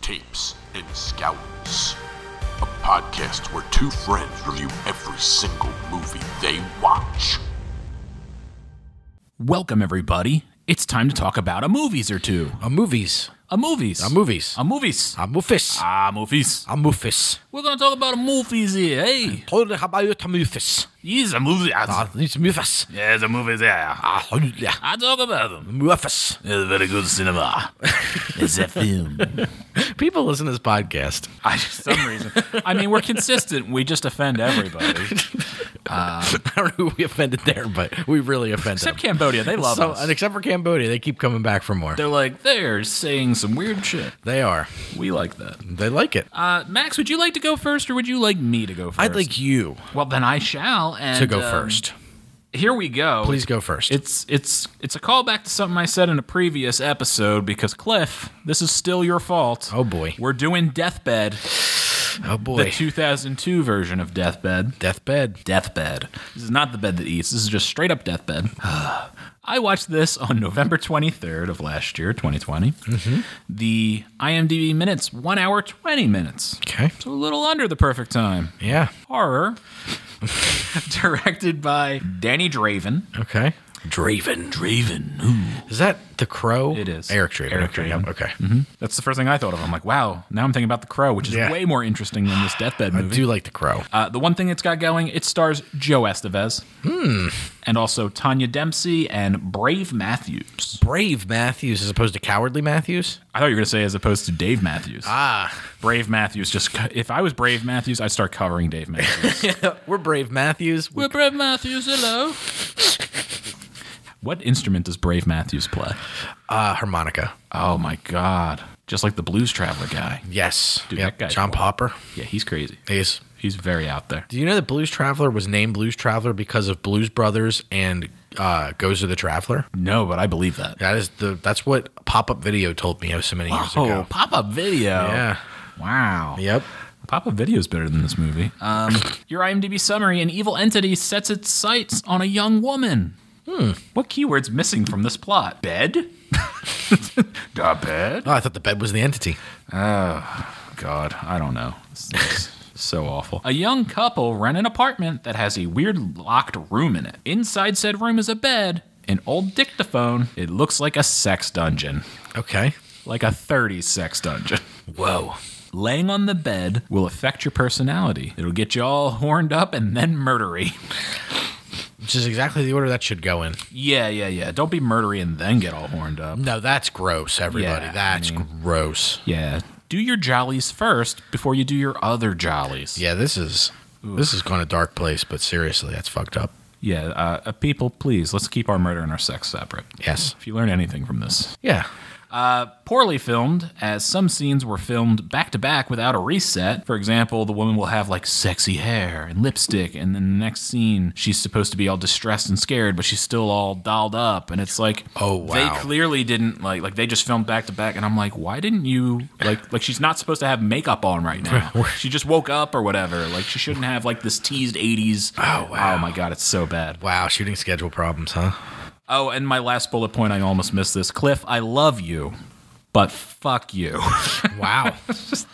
Tapes, and Scouts. A podcast where two friends review every single movie they watch. Welcome, everybody. It's time to talk about a movies or two. A movies. A movies. A movies. A movies. A movies. Ah, movies. A movies. We're going to talk about a movies here, hey? Totally about a movies. These are movies. Ah, It's movies. Yeah, the movies, yeah. Ah, yeah. I talk about them. Movies. It's very good cinema. it's a film. People listen to this podcast. I, for some reason. I mean, we're consistent. We just offend everybody. I don't know who we offended there, but we really offended Except them. Cambodia. They love So, us. and except for Cambodia, they keep coming back for more. They're like, they're saying some weird shit. They are. We like that. They like it. Uh, Max, would you like to go first or would you like me to go first? I'd like you Well, then I shall. And, to go um, first. Here we go. Please go first. It's it's it's a callback to something I said in a previous episode because Cliff, this is still your fault. Oh, boy. we're doing Deathbed, oh the boy. 2002 version of Deathbed. Deathbed. Deathbed. This is not the bed that eats. This is just straight up deathbed. I watched this on November 23rd of last year, 2020. Mm-hmm. The IMDb minutes, one hour 20 minutes. Okay. So a little under the perfect time. Yeah. Horror, directed by Danny Draven. Okay. Draven. Draven. Is that the crow? It is. Eric Draven. Mm-hmm. Eric okay. Draven. yep, Okay. That's the first thing I thought of. I'm like, wow. Now I'm thinking about The Crow, which is Yeah. way more interesting than this Deathbed I movie. do like the crow. Uh, the one thing it's got going, it stars Joe Estevez, Hmm. and also Tanya Dempsey and Brave Matthews. Brave Matthews as opposed to cowardly Matthews. I thought you were gonna say as opposed to Dave Matthews. Ah, Brave Matthews, just co- if I was Brave Matthews, I'd start covering Dave Matthews. we're Brave Matthews. We- We're Brave Matthews, hello. what instrument does Brave Matthews play? uh, harmonica. Oh my God! Just like the Blues Traveler guy. Yes. Dude, Yep. that guy's John wild. Popper. Yeah, he's crazy. He's. He's very out there. Do you know that Blues Traveler was named Blues Traveler because of Blues Brothers and uh, Goes to the Traveler? No, but I believe that. That is the. That's what Pop Up Video told me so many years Oh, ago. pop up video. Yeah. Wow. Yep. Pop up video is better than this movie. Um, your IMDb summary an evil entity sets its sights on a young woman. Hmm. What keyword's missing from this plot? Bed? da bed? Oh, I thought the bed was the entity. God, I don't know. This is so awful. A young couple rent an apartment that has a weird locked room in it. Inside said room is a bed, an old dictaphone. It looks like a sex dungeon, Okay. like a 30s sex dungeon. Whoa. Laying on the bed will affect your personality. It'll get you all horned up and then murdery. Which is exactly the order that should go in. Yeah, yeah, yeah. Don't be murdery and then get all horned up. No, that's gross, everybody. Yeah, I that's gross. Yeah. Do your jollies first before you do your other jollies. Yeah, this is this is going a dark place, but seriously, that's fucked up. Yeah. Uh, uh, people, please, let's keep our murder and our sex separate. Yes. If you learn anything from this, Yeah. poorly filmed, as some scenes were filmed back to back without a reset. For example, the woman will have like sexy hair and lipstick, and then the next scene, she's supposed to be all distressed and scared, but she's still all dolled up, and it's like, Oh, wow. they clearly didn't like like they just filmed back to back, and I'm like, why didn't you like like she's not supposed to have makeup on right now? she just woke up or whatever. Like she shouldn't have like this teased 80s. Oh, wow. Oh my god, it's so bad. Wow, shooting schedule problems, huh? Oh, and my last bullet point, I almost missed this. Cliff, I love you, but fuck you. Wow.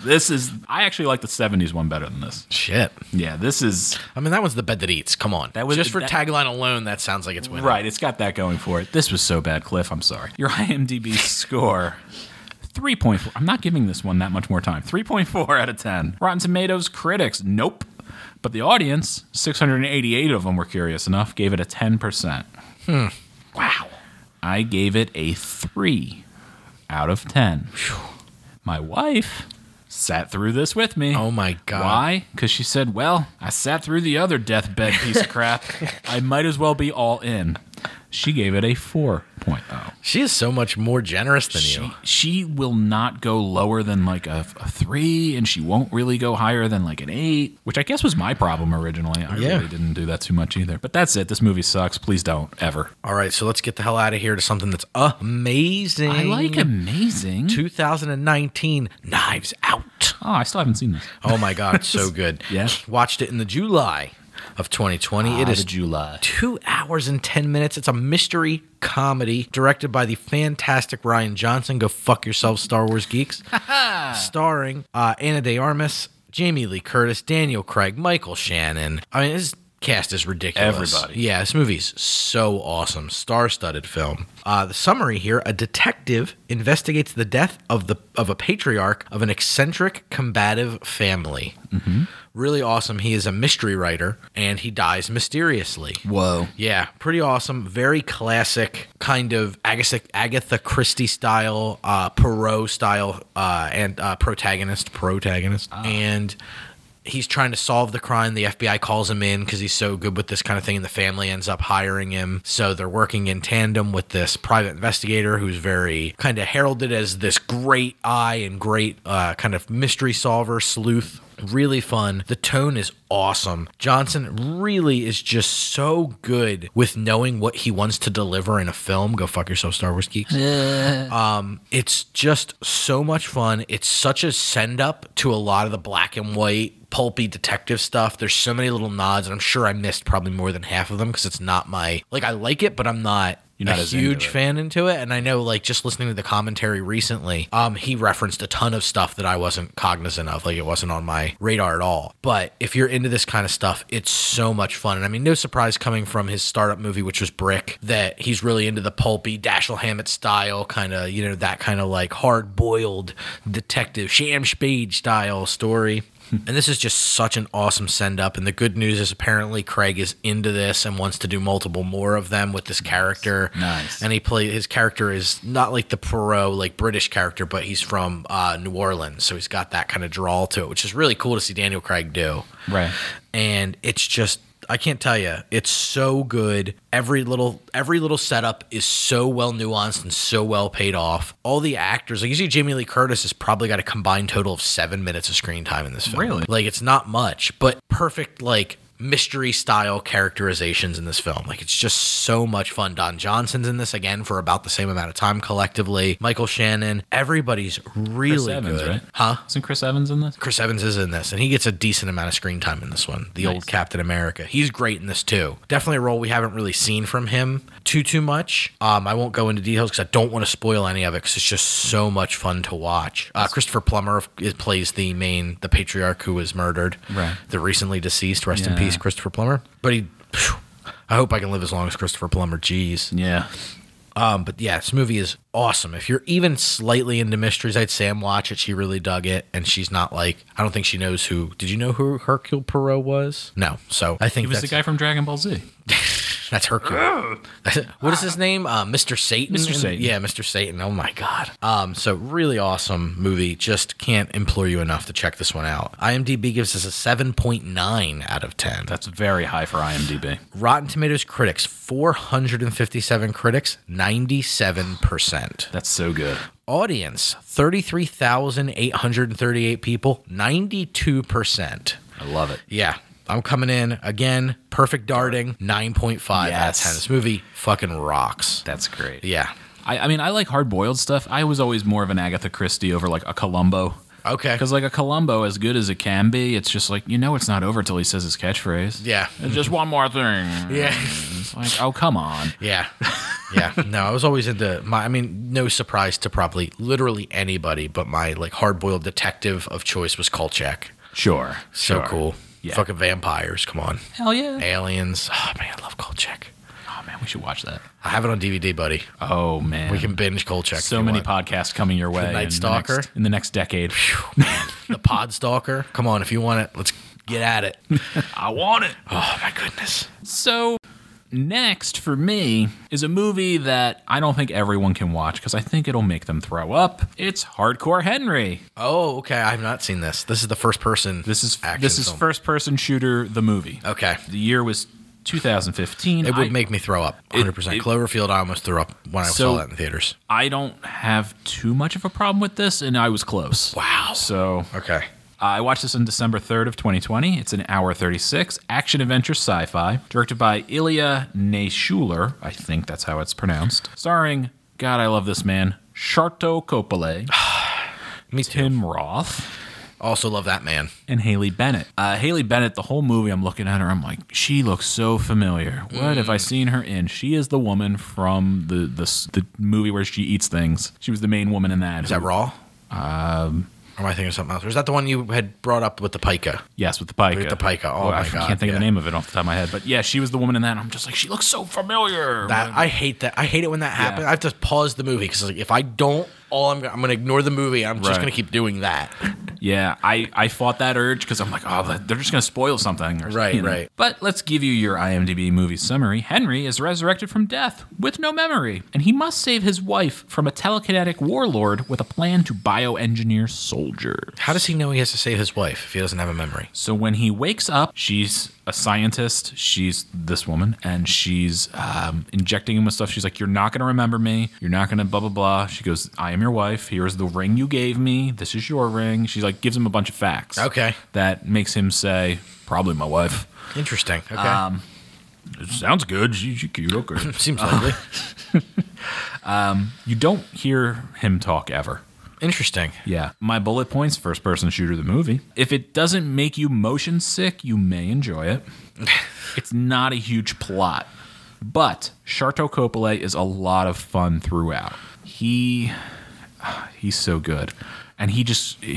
This is I actually like the 70s one better than this. Shit. Yeah, this is I mean, that one's the bed that eats. Come on. That was- just for that- tagline alone. That sounds like it's winning. right, it's got that going for it. This was so bad, Cliff, I'm sorry. Your IMDb score 3.4. I'm not giving this one that much more time. 3.4 out of 10. Rotten Tomatoes critics, nope. But the audience, 688 of them were curious enough, gave it a 10%. Hmm. Wow. I gave it a 3 out of 10. My wife sat through this with me. Oh my god. Why? Because she said, Well, I sat through the other deathbed piece of crap. I might as well be all in. She gave it a 4.0. She is so much more generous than She, you. she will not go lower than like a, a 3, and she won't really go higher than like an 8, which I guess was my problem originally. I Yeah. really didn't do that too much either. But that's it. This movie sucks. Please don't ever. All right, so let's get the hell out of here to something that's amazing. I like amazing. 2019 Knives Out. Oh, I Ah, still haven't seen this. Oh my god, it's so good. Yeah. Watched it in the July of 2020. it Ah, is the July. two hours and 10 minutes. It's a mystery comedy directed by the fantastic Ryan Johnson. Go fuck yourself, Star Wars geeks. Starring uh, Anna De Armas, Jamie Lee Curtis, Daniel Craig, Michael Shannon. I mean, this cast is ridiculous. Everybody. Yeah, this movie's so awesome. Star studded film. Uh, the summary here a detective investigates the death of, the, of a patriarch of an eccentric, combative family. Really awesome. He is a mystery writer and he dies mysteriously. Whoa. Yeah, pretty awesome. Very classic kind of Agatha, Agatha Christie style, uh, Perot style, uh, and uh, protagonist, protagonist, and. He's trying to solve the crime. The FBI calls him in because he's so good with this kind of thing, and the family ends up hiring him. So they're working in tandem with this private investigator who's very kind of heralded as this great eye and great uh, kind of mystery solver, sleuth. Really fun. The tone is awesome. Johnson really is just so good with knowing what he wants to deliver in a film. Go fuck yourself, Star Wars geeks. Um, it's just so much fun. It's such a send up to a lot of the black and white pulpy detective stuff. There's so many little nods, and I'm sure I missed probably more than half of them because it's not my like. I like it, but I'm not. You're not a as into huge it. fan into it, and I know like just listening to the commentary recently, um, he referenced a ton of stuff that I wasn't cognizant of, like it wasn't on my radar at all. But if you're into this kind of stuff, it's so much fun, and I mean, no surprise coming from his startup movie, which was Brick, that he's really into the pulpy Dashiell Hammett style kind of, you know, that kind of like hard boiled detective Sham Spade style story. And this is just such an awesome send up. And the good news is apparently Craig is into this and wants to do multiple more of them with this character. Nice. And he play his character is not like the Perot, like British character, but he's from uh, New Orleans, so he's got that kind of drawl to it, which is really cool to see Daniel Craig do Right. and it's just I can't tell you. It's so good. Every little every little setup is so well nuanced and so well paid off. All the actors, like you see Jamie Lee Curtis has probably got a combined total of 7 minutes of screen time in this film. Really? Like it's not much, but perfect like mystery style characterizations in this film. Like it's just so much fun. Don Johnson's in this again for about the same amount of time collectively. Michael Shannon, everybody's really Evans, good. right? Huh? Isn't Chris Evans in this? Chris Evans is in this, and he gets a decent amount of screen time in this one. The old Captain America, he's great in this too. Definitely a role we haven't really seen from him too too much. Um, I won't go into details because I don't want to spoil any of it because it's just so much fun to watch. Uh, Christopher Plummer of- is, plays the main, the patriarch who was murdered, Right. The recently deceased, rest in Yeah. peace, Christopher Plummer. But he, phew, I hope I can live as long as Christopher Plummer. Jeez. Yeah. Um, but yeah, this movie is awesome. If you're even slightly into mysteries, I'd Sam watch it. She really dug it, and she's not like I don't think she knows who. Did you know who Hercule Poirot was? No. So I think He was the that's, guy from Dragon Ball Z. that's Hercule. what is his name? Uh, Mr. Satan. Mr. And- Satan. Yeah, Mr. Satan. Oh my god. Um, so really awesome movie. Just can't implore you enough to check this one out. IMDb gives us a seven point nine out of ten. That's very high for IMDb. Rotten Tomatoes critics, four hundred and fifty seven critics, ninety seven percent. That's so good. audience 33,838 people, 92%. I love it. Yeah. I'm coming in again. Perfect darting, 9.5 out of Yes. 10. This movie fucking rocks. That's great. Yeah. I, I mean, I like hard boiled stuff. I was always more of an Agatha Christie over like a Columbo. Okay. Because like a Columbo, as good as it can be, it's just like you know it's not over till he says his catchphrase. Yeah. It's just one more thing. Yeah. It's like, oh come on. Yeah. Yeah. No, I was always into my I mean, no surprise to probably literally anybody, but my like hard-boiled detective of choice was Kolchak. Sure. So sure. cool. Yeah. Fucking vampires, come on. Hell yeah. Aliens. Oh man, I love Kolchak. Oh man, we should watch that. I have it on DVD, buddy. Oh man. We can binge Kolchak. if so you many want. podcasts coming your way. Night in the Stalker. next- in the next decade. the pod stalker. Come on, if you want it, let's get at it. I want it. Oh my goodness. So, next for me is a movie that I don't think everyone can watch because I think it'll make them throw up. It's Hardcore Henry. Oh, okay. I've not seen this. This is the first person. This is action this is film. first person shooter the movie. Okay. The year was 2015. It would I, make me throw up. 100%. it- Cloverfield, I almost threw up when I So- saw that in theaters. I don't have too much of a problem with this, and I was close. Wow. So Okay. I watched this on December 3rd of 2020. It's an hour 36, action adventure sci-fi, directed by Ilya Naishuler, I think that's how it's pronounced. Starring, God, I love this man, Sharto Kopale, Me too. Tim Roth, Also love that man. and Haley Bennett. Uh, Haley Bennett, the whole movie, I'm looking at her. I'm like, she looks so familiar. What have I seen her in? She is the woman from the the, s- the movie where she eats things. She was the main woman in that. Is that Raw? Um, Um, or am I thinking of something else? Or is that the one you had brought up with the pica? Yes, with the pika. With the pika. Oh, I my God, can't think of yeah. the name of it off the top of my head. But yeah, she was the woman in that. And I'm just like, she looks so familiar. That I hate that. I hate it when that happens. I have to pause the movie because like, if I don't, all I'm gonna, I'm gonna ignore the movie. I'm just Right. gonna keep doing that. Yeah, I, I fought that urge because I'm like, oh, that- they're just going to spoil something. Or, Right, right. But let's give you your IMDb movie summary. Henry is resurrected from death with no memory, and he must save his wife from a telekinetic warlord with a plan to bioengineer soldiers. How does he know he has to save his wife if he doesn't have a memory? So when he wakes up, she's a scientist. She's this woman, and she's um, injecting him with stuff. She's like, "You're not gonna remember me. You're not gonna blah blah blah." She goes, "I am your wife. Here's the ring you gave me. This is your ring." She's like, gives him a bunch of facts. Okay. That makes him say, "Probably my wife." Interesting. Okay, Um, It sounds good. She, she cute. Okay. seems likely. you don't hear him talk ever. Interesting. Yeah. My bullet points: first person shooter, the movie. If it doesn't make you motion sick, you may enjoy it. it's not a huge plot, but Sharto Coppola is a lot of fun throughout. He he's so good, and he just.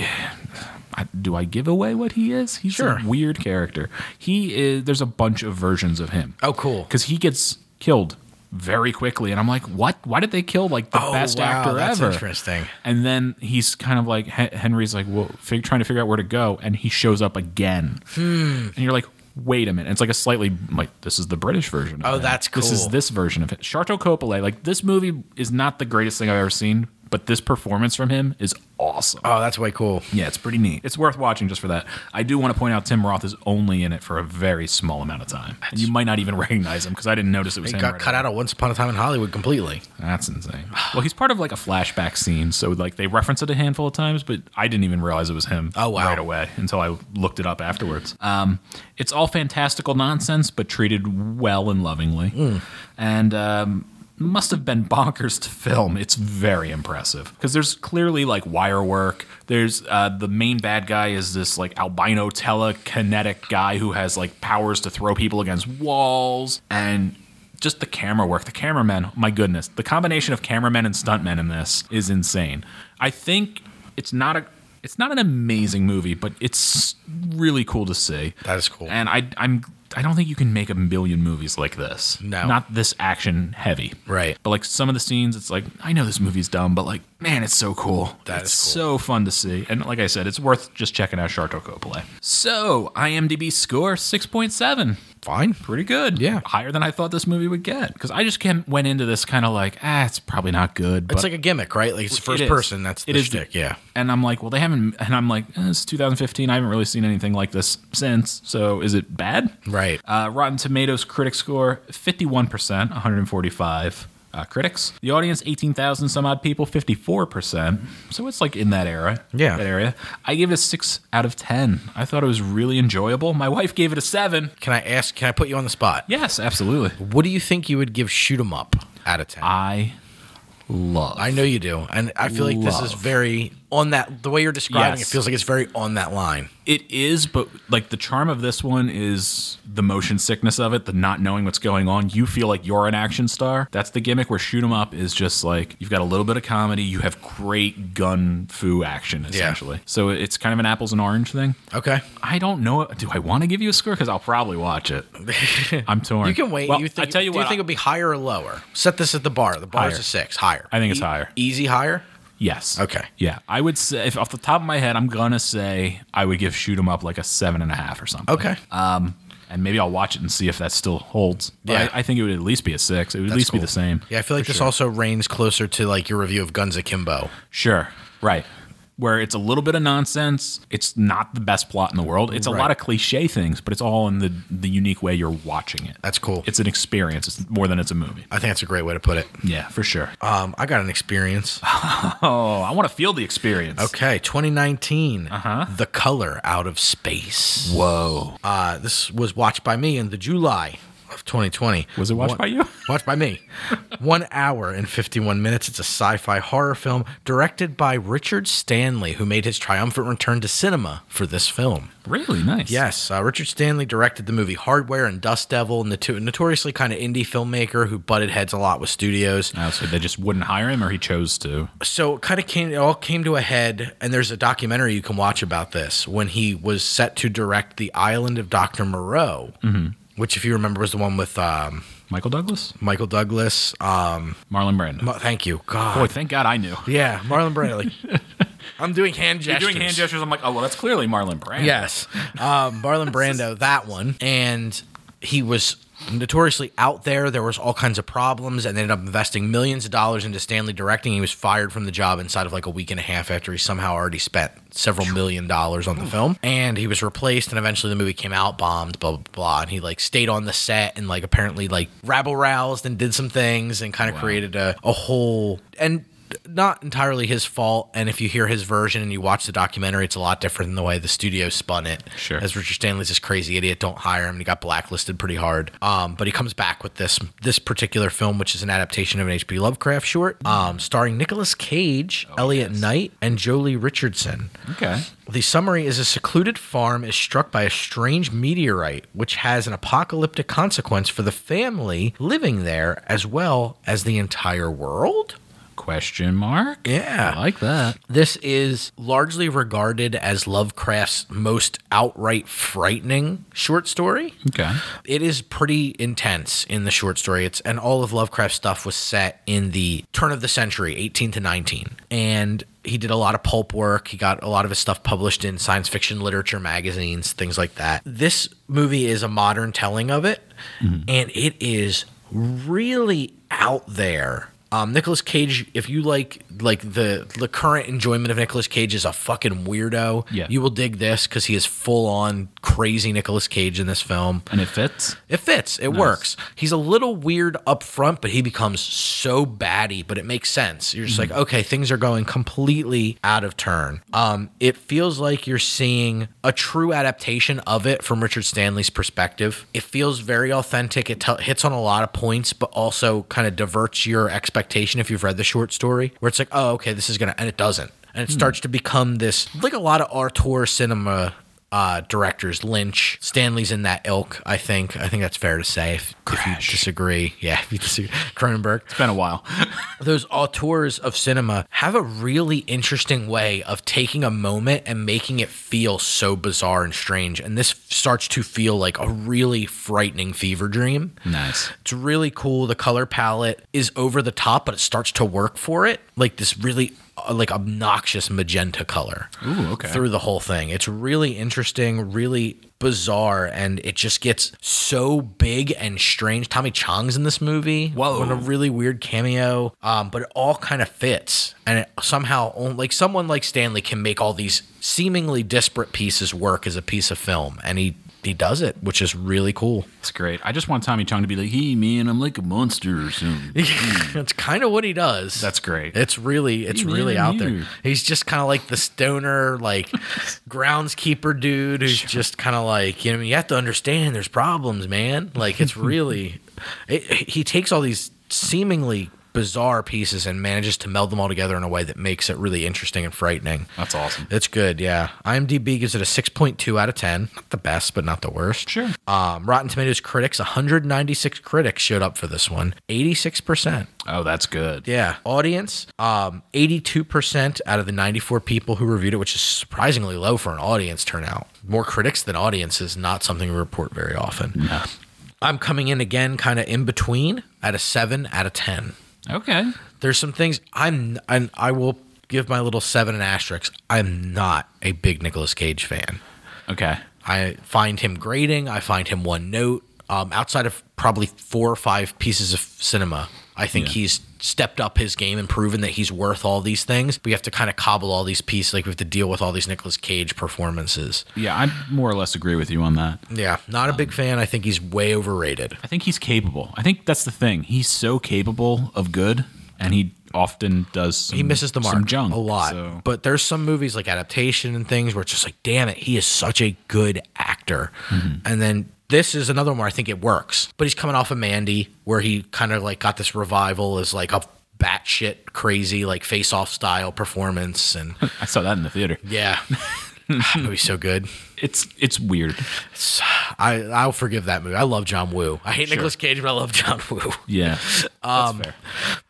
I- Do I give away what he is? He's Sure. a weird character. He is. There's a bunch of versions of him. Oh, cool. Because he gets killed very quickly, and I'm like, what? Why did they kill like the Oh, best wow, actor that's ever? interesting. And then he's kind of like Hen- Henry's like, well, fig- trying to figure out where to go, and he shows up again. Hmm. And you're like, wait a minute. And it's like a slightly like this is the British version. Of Oh, him. that's This is cool. this version of it. Sharto Coppola, like this movie is not the greatest thing I've ever seen, but this performance from him is awesome. Oh, that's way cool. yeah, it's pretty neat. It's worth watching just for that. I do want to point out Tim Roth is only in it for a very small amount of time. And you might not even recognize him because I didn't notice it was He him. got right cut away. out of Once Upon a Time in Hollywood completely. That's insane. Well, he's part of like a flashback scene, so like they reference it a handful of times, but I didn't even realize it was him. Oh, wow. Right away until I looked it up afterwards. Um, it's all fantastical nonsense, but treated well and lovingly, and um, must have been bonkers to film. It's very impressive because there's clearly like wire work. There's uh, the main bad guy is this like albino telekinetic guy who has like powers to throw people against walls and just the camera work, the cameramen, my goodness, the combination of cameramen and stuntmen in this is insane. I think it's not a it's not an amazing movie, but it's really cool to see. That is cool. And I I'm I don't think you can make a million movies like this. No. Not this action heavy. Right. But like some of the scenes, it's like, I know this movie's dumb, but like, man, it's so cool. That it's is so cool. fun to see. And like I said, it's worth just checking out Sharto Coppola. So IMDb score six point seven Fine. pretty good. Yeah. higher than I thought this movie would get. Because I just came, went into this kind of like, ah, it's probably not good. But It's like a gimmick, right? Like it's the first is. person. That's the It is shtick. Yeah. and I'm like, well, they haven't. And I'm like, eh, it's 2015. I haven't really seen anything like this since. So is it bad? Right. Uh, Rotten Tomatoes critic score 51%, 145 uh, critics. The audience 18,000 some odd people, 54%. So it's like in that era. Yeah. That area. I give it a 6 out of 10. I thought it was really enjoyable. My wife gave it a 7. Can I ask? Can I put you on the spot? Yes, absolutely. What do you think you would give Shoot 'em Up out of 10? I love. I know you do. And I feel like this is Love. very on that, the way you're describing Yes. it feels like it's very on that line. It is, but like the charm of this one is the motion sickness of it, the not knowing what's going on. You feel like you're an action star. That's the gimmick where shoot 'em up is just like you've got a little bit of comedy, you have great gun foo action essentially. So it's kind of an apples and orange thing. Okay. I don't know. Do I want to give you a score? Because I'll probably watch it. I'm torn. You can wait. Well, you think, I tell you do what. you think it would be higher or lower? Set this at the bar. The bar is Higher. a six. Higher. E- I think it's higher. Easy higher? yes. Okay. Yeah, I would say if off the top of my head, I'm gonna say I would give shoot 'em up like a seven and a half or something. Okay. Um, and maybe I'll watch it and see if that still holds. But Yeah. I, I think it would at least be a six. It would at least be cool. the same. Yeah, I feel like this also reigns closer to like your review of Guns Akimbo. Sure. Right. Where it's a little bit of nonsense. It's not the best plot in the world. It's a lot Right. of cliche things, but it's all in the the unique way you're watching it. That's cool. It's an experience. It's more than it's a movie. I think that's a great way to put it. Yeah, for sure. Um, I got an experience. Oh, I want to feel the experience. Okay, 2019. Uh-huh. The Color Out of Space. Whoa. Uh, this was watched by me in the July of 2020. Was it watched One- by you? Watched by me. One hour and 51 minutes. It's a sci fi horror film directed by Richard Stanley, who made his triumphant return to cinema for this film. Really nice. Yes, uh, Richard Stanley directed the movie Hardware and Dust Devil, and the two notoriously kind of indie filmmaker who butted heads a lot with studios. Oh, so they just wouldn't hire him, or he chose to. so it kind of came it all came to a head and there's a documentary you can watch about this when he was set to direct the island of dr moreau which if you remember was the one with um, Michael Douglas, michael douglas um, Marlon Brando. Mo- thank you god Boy, thank God I knew. yeah marlon brando like, i'm doing hand You're gestures doing hand gestures. I'm like, oh well, that's clearly Marlon Brando. Yes. Um, Marlon Brando, that one. And he was notoriously out there. There was all kinds of problems and ended up investing millions of dollars into Stanley directing. He was fired from the job inside of like a week and a half after he somehow already spent several million dollars on the film. And he was replaced and eventually the movie came out bombed, blah blah blah. And he like stayed on the set and like apparently like rabble roused and did some things and kind of created a, a whole and not entirely his fault. And if you hear his version and you watch the documentary, it's a lot different than the way the studio spun it. Sure. As Richard Stanley's this crazy idiot, don't hire him. He got blacklisted pretty hard. Um, but he comes back with this this particular film, which is an adaptation of an H.P. Lovecraft short, um, starring Nicolas Cage, Elliot Knight, and Jolie Richardson. Okay. The summary is a secluded farm is struck by a strange meteorite, which has an apocalyptic consequence for the family living there as well as the entire world. Question mark. Yeah. I like that. This is largely regarded as Lovecraft's most outright frightening short story. Okay. It is pretty intense in the short story. It's and all of Lovecraft's stuff was set in the turn of the century, 18 to 19. And he did a lot of pulp work. He got a lot of his stuff published in science fiction literature magazines, things like that. This movie is a modern telling of it, and it is really out there. Um, Nicholas Cage, if you like like the the current enjoyment of Nicolas Cage is a fucking weirdo. Yeah. You will dig this because he is full on crazy Nicolas Cage in this film. And it fits. It fits. It works. He's a little weird up front, but he becomes so batty, but it makes sense. You're just like, okay, things are going completely out of turn. Um, it feels like you're seeing a true adaptation of it from Richard Stanley's perspective. It feels very authentic. It tel- hits on a lot of points, but also kind of diverts your expectation if you've read the short story, where it's like, oh, okay, this is going to, and it doesn't. And it starts to become this, like a lot of auteur cinema uh, directors Lynch, Stanley's in that ilk. I think. I think that's fair to say. If, if you disagree, yeah, if you disagree, Cronenberg. It's been a while. Those auteurs of cinema have a really interesting way of taking a moment and making it feel so bizarre and strange. And this starts to feel like a really frightening fever dream. nice. It's really cool. The color palette is over the top, but it starts to work for it. Like this really uh, like obnoxious magenta color Ooh, okay. through the whole thing. It's really interesting, really bizarre, and it just gets so big and strange. Tommy Chong's in this movie. Whoa. On a really weird cameo. Um, but it all kind of fits. And it somehow on- like someone like Stanley can make all these seemingly disparate pieces work as a piece of film. And he he does it, which is really cool. It's great. I just want Tommy Chong to be like, hey man, I'm like a monster or something. That's kind of what he does. Hmm. That's great. It's really, it's Even really you. out there. He's just kind of like the stoner, like groundskeeper dude who's just kind of like, you know, you have to understand there's problems, man. Like it's really, it, he takes all these seemingly bizarre pieces and manages to meld them all together in a way that makes it really interesting and frightening. That's awesome. It's good, yeah. IMDb gives it a 6.2 out of 10. Not the best, but not the worst. Sure. Um, Rotten Tomatoes critics, 196 critics showed up for this one. 86%. Oh, that's good. Yeah. Audience, um, 82% out of the 94 people who reviewed it, which is surprisingly low for an audience turnout. More critics than audience is not something we report very often. I'm coming in again kind of in between at a 7 out of 10 Okay. there's some things I'm, I'm I will give my little seven and asterisk. I'm not a big Nicolas Cage fan. Okay. I find him grating. I find him one note. Um, outside of probably four or five pieces of cinema, I think Yeah. he's stepped up his game and proven that he's worth all these things. We have to kind of cobble all these pieces. Like we have to deal with all these Nicolas Cage performances. Yeah, I more or less agree with you on that. Yeah, not a big fan. I think he's way overrated. I think he's capable. I think that's the thing. He's so capable of good, and he often does. Some, he misses the mark some junk a lot. so- But there's some movies Mm-hmm. like adaptation and things where it's just like, damn it, he is such a good actor, and then This is another one where I think it works. But he's coming off of Mandy, where he kind of like got this revival as like a batshit crazy, like face off style performance. And I saw that in the theater. yeah, that movie's so good. It's it's weird. I, I'll forgive that movie. I love John Woo. I hate Nicolas Cage, but I love John Woo. Yeah, that's fair.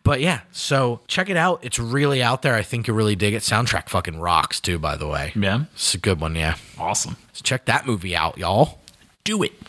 But yeah, so check it out. It's really out there. I think you really dig it. Soundtrack fucking rocks too, by the way. Yeah, It's a good one, yeah. awesome. So check that movie out, y'all. Do it.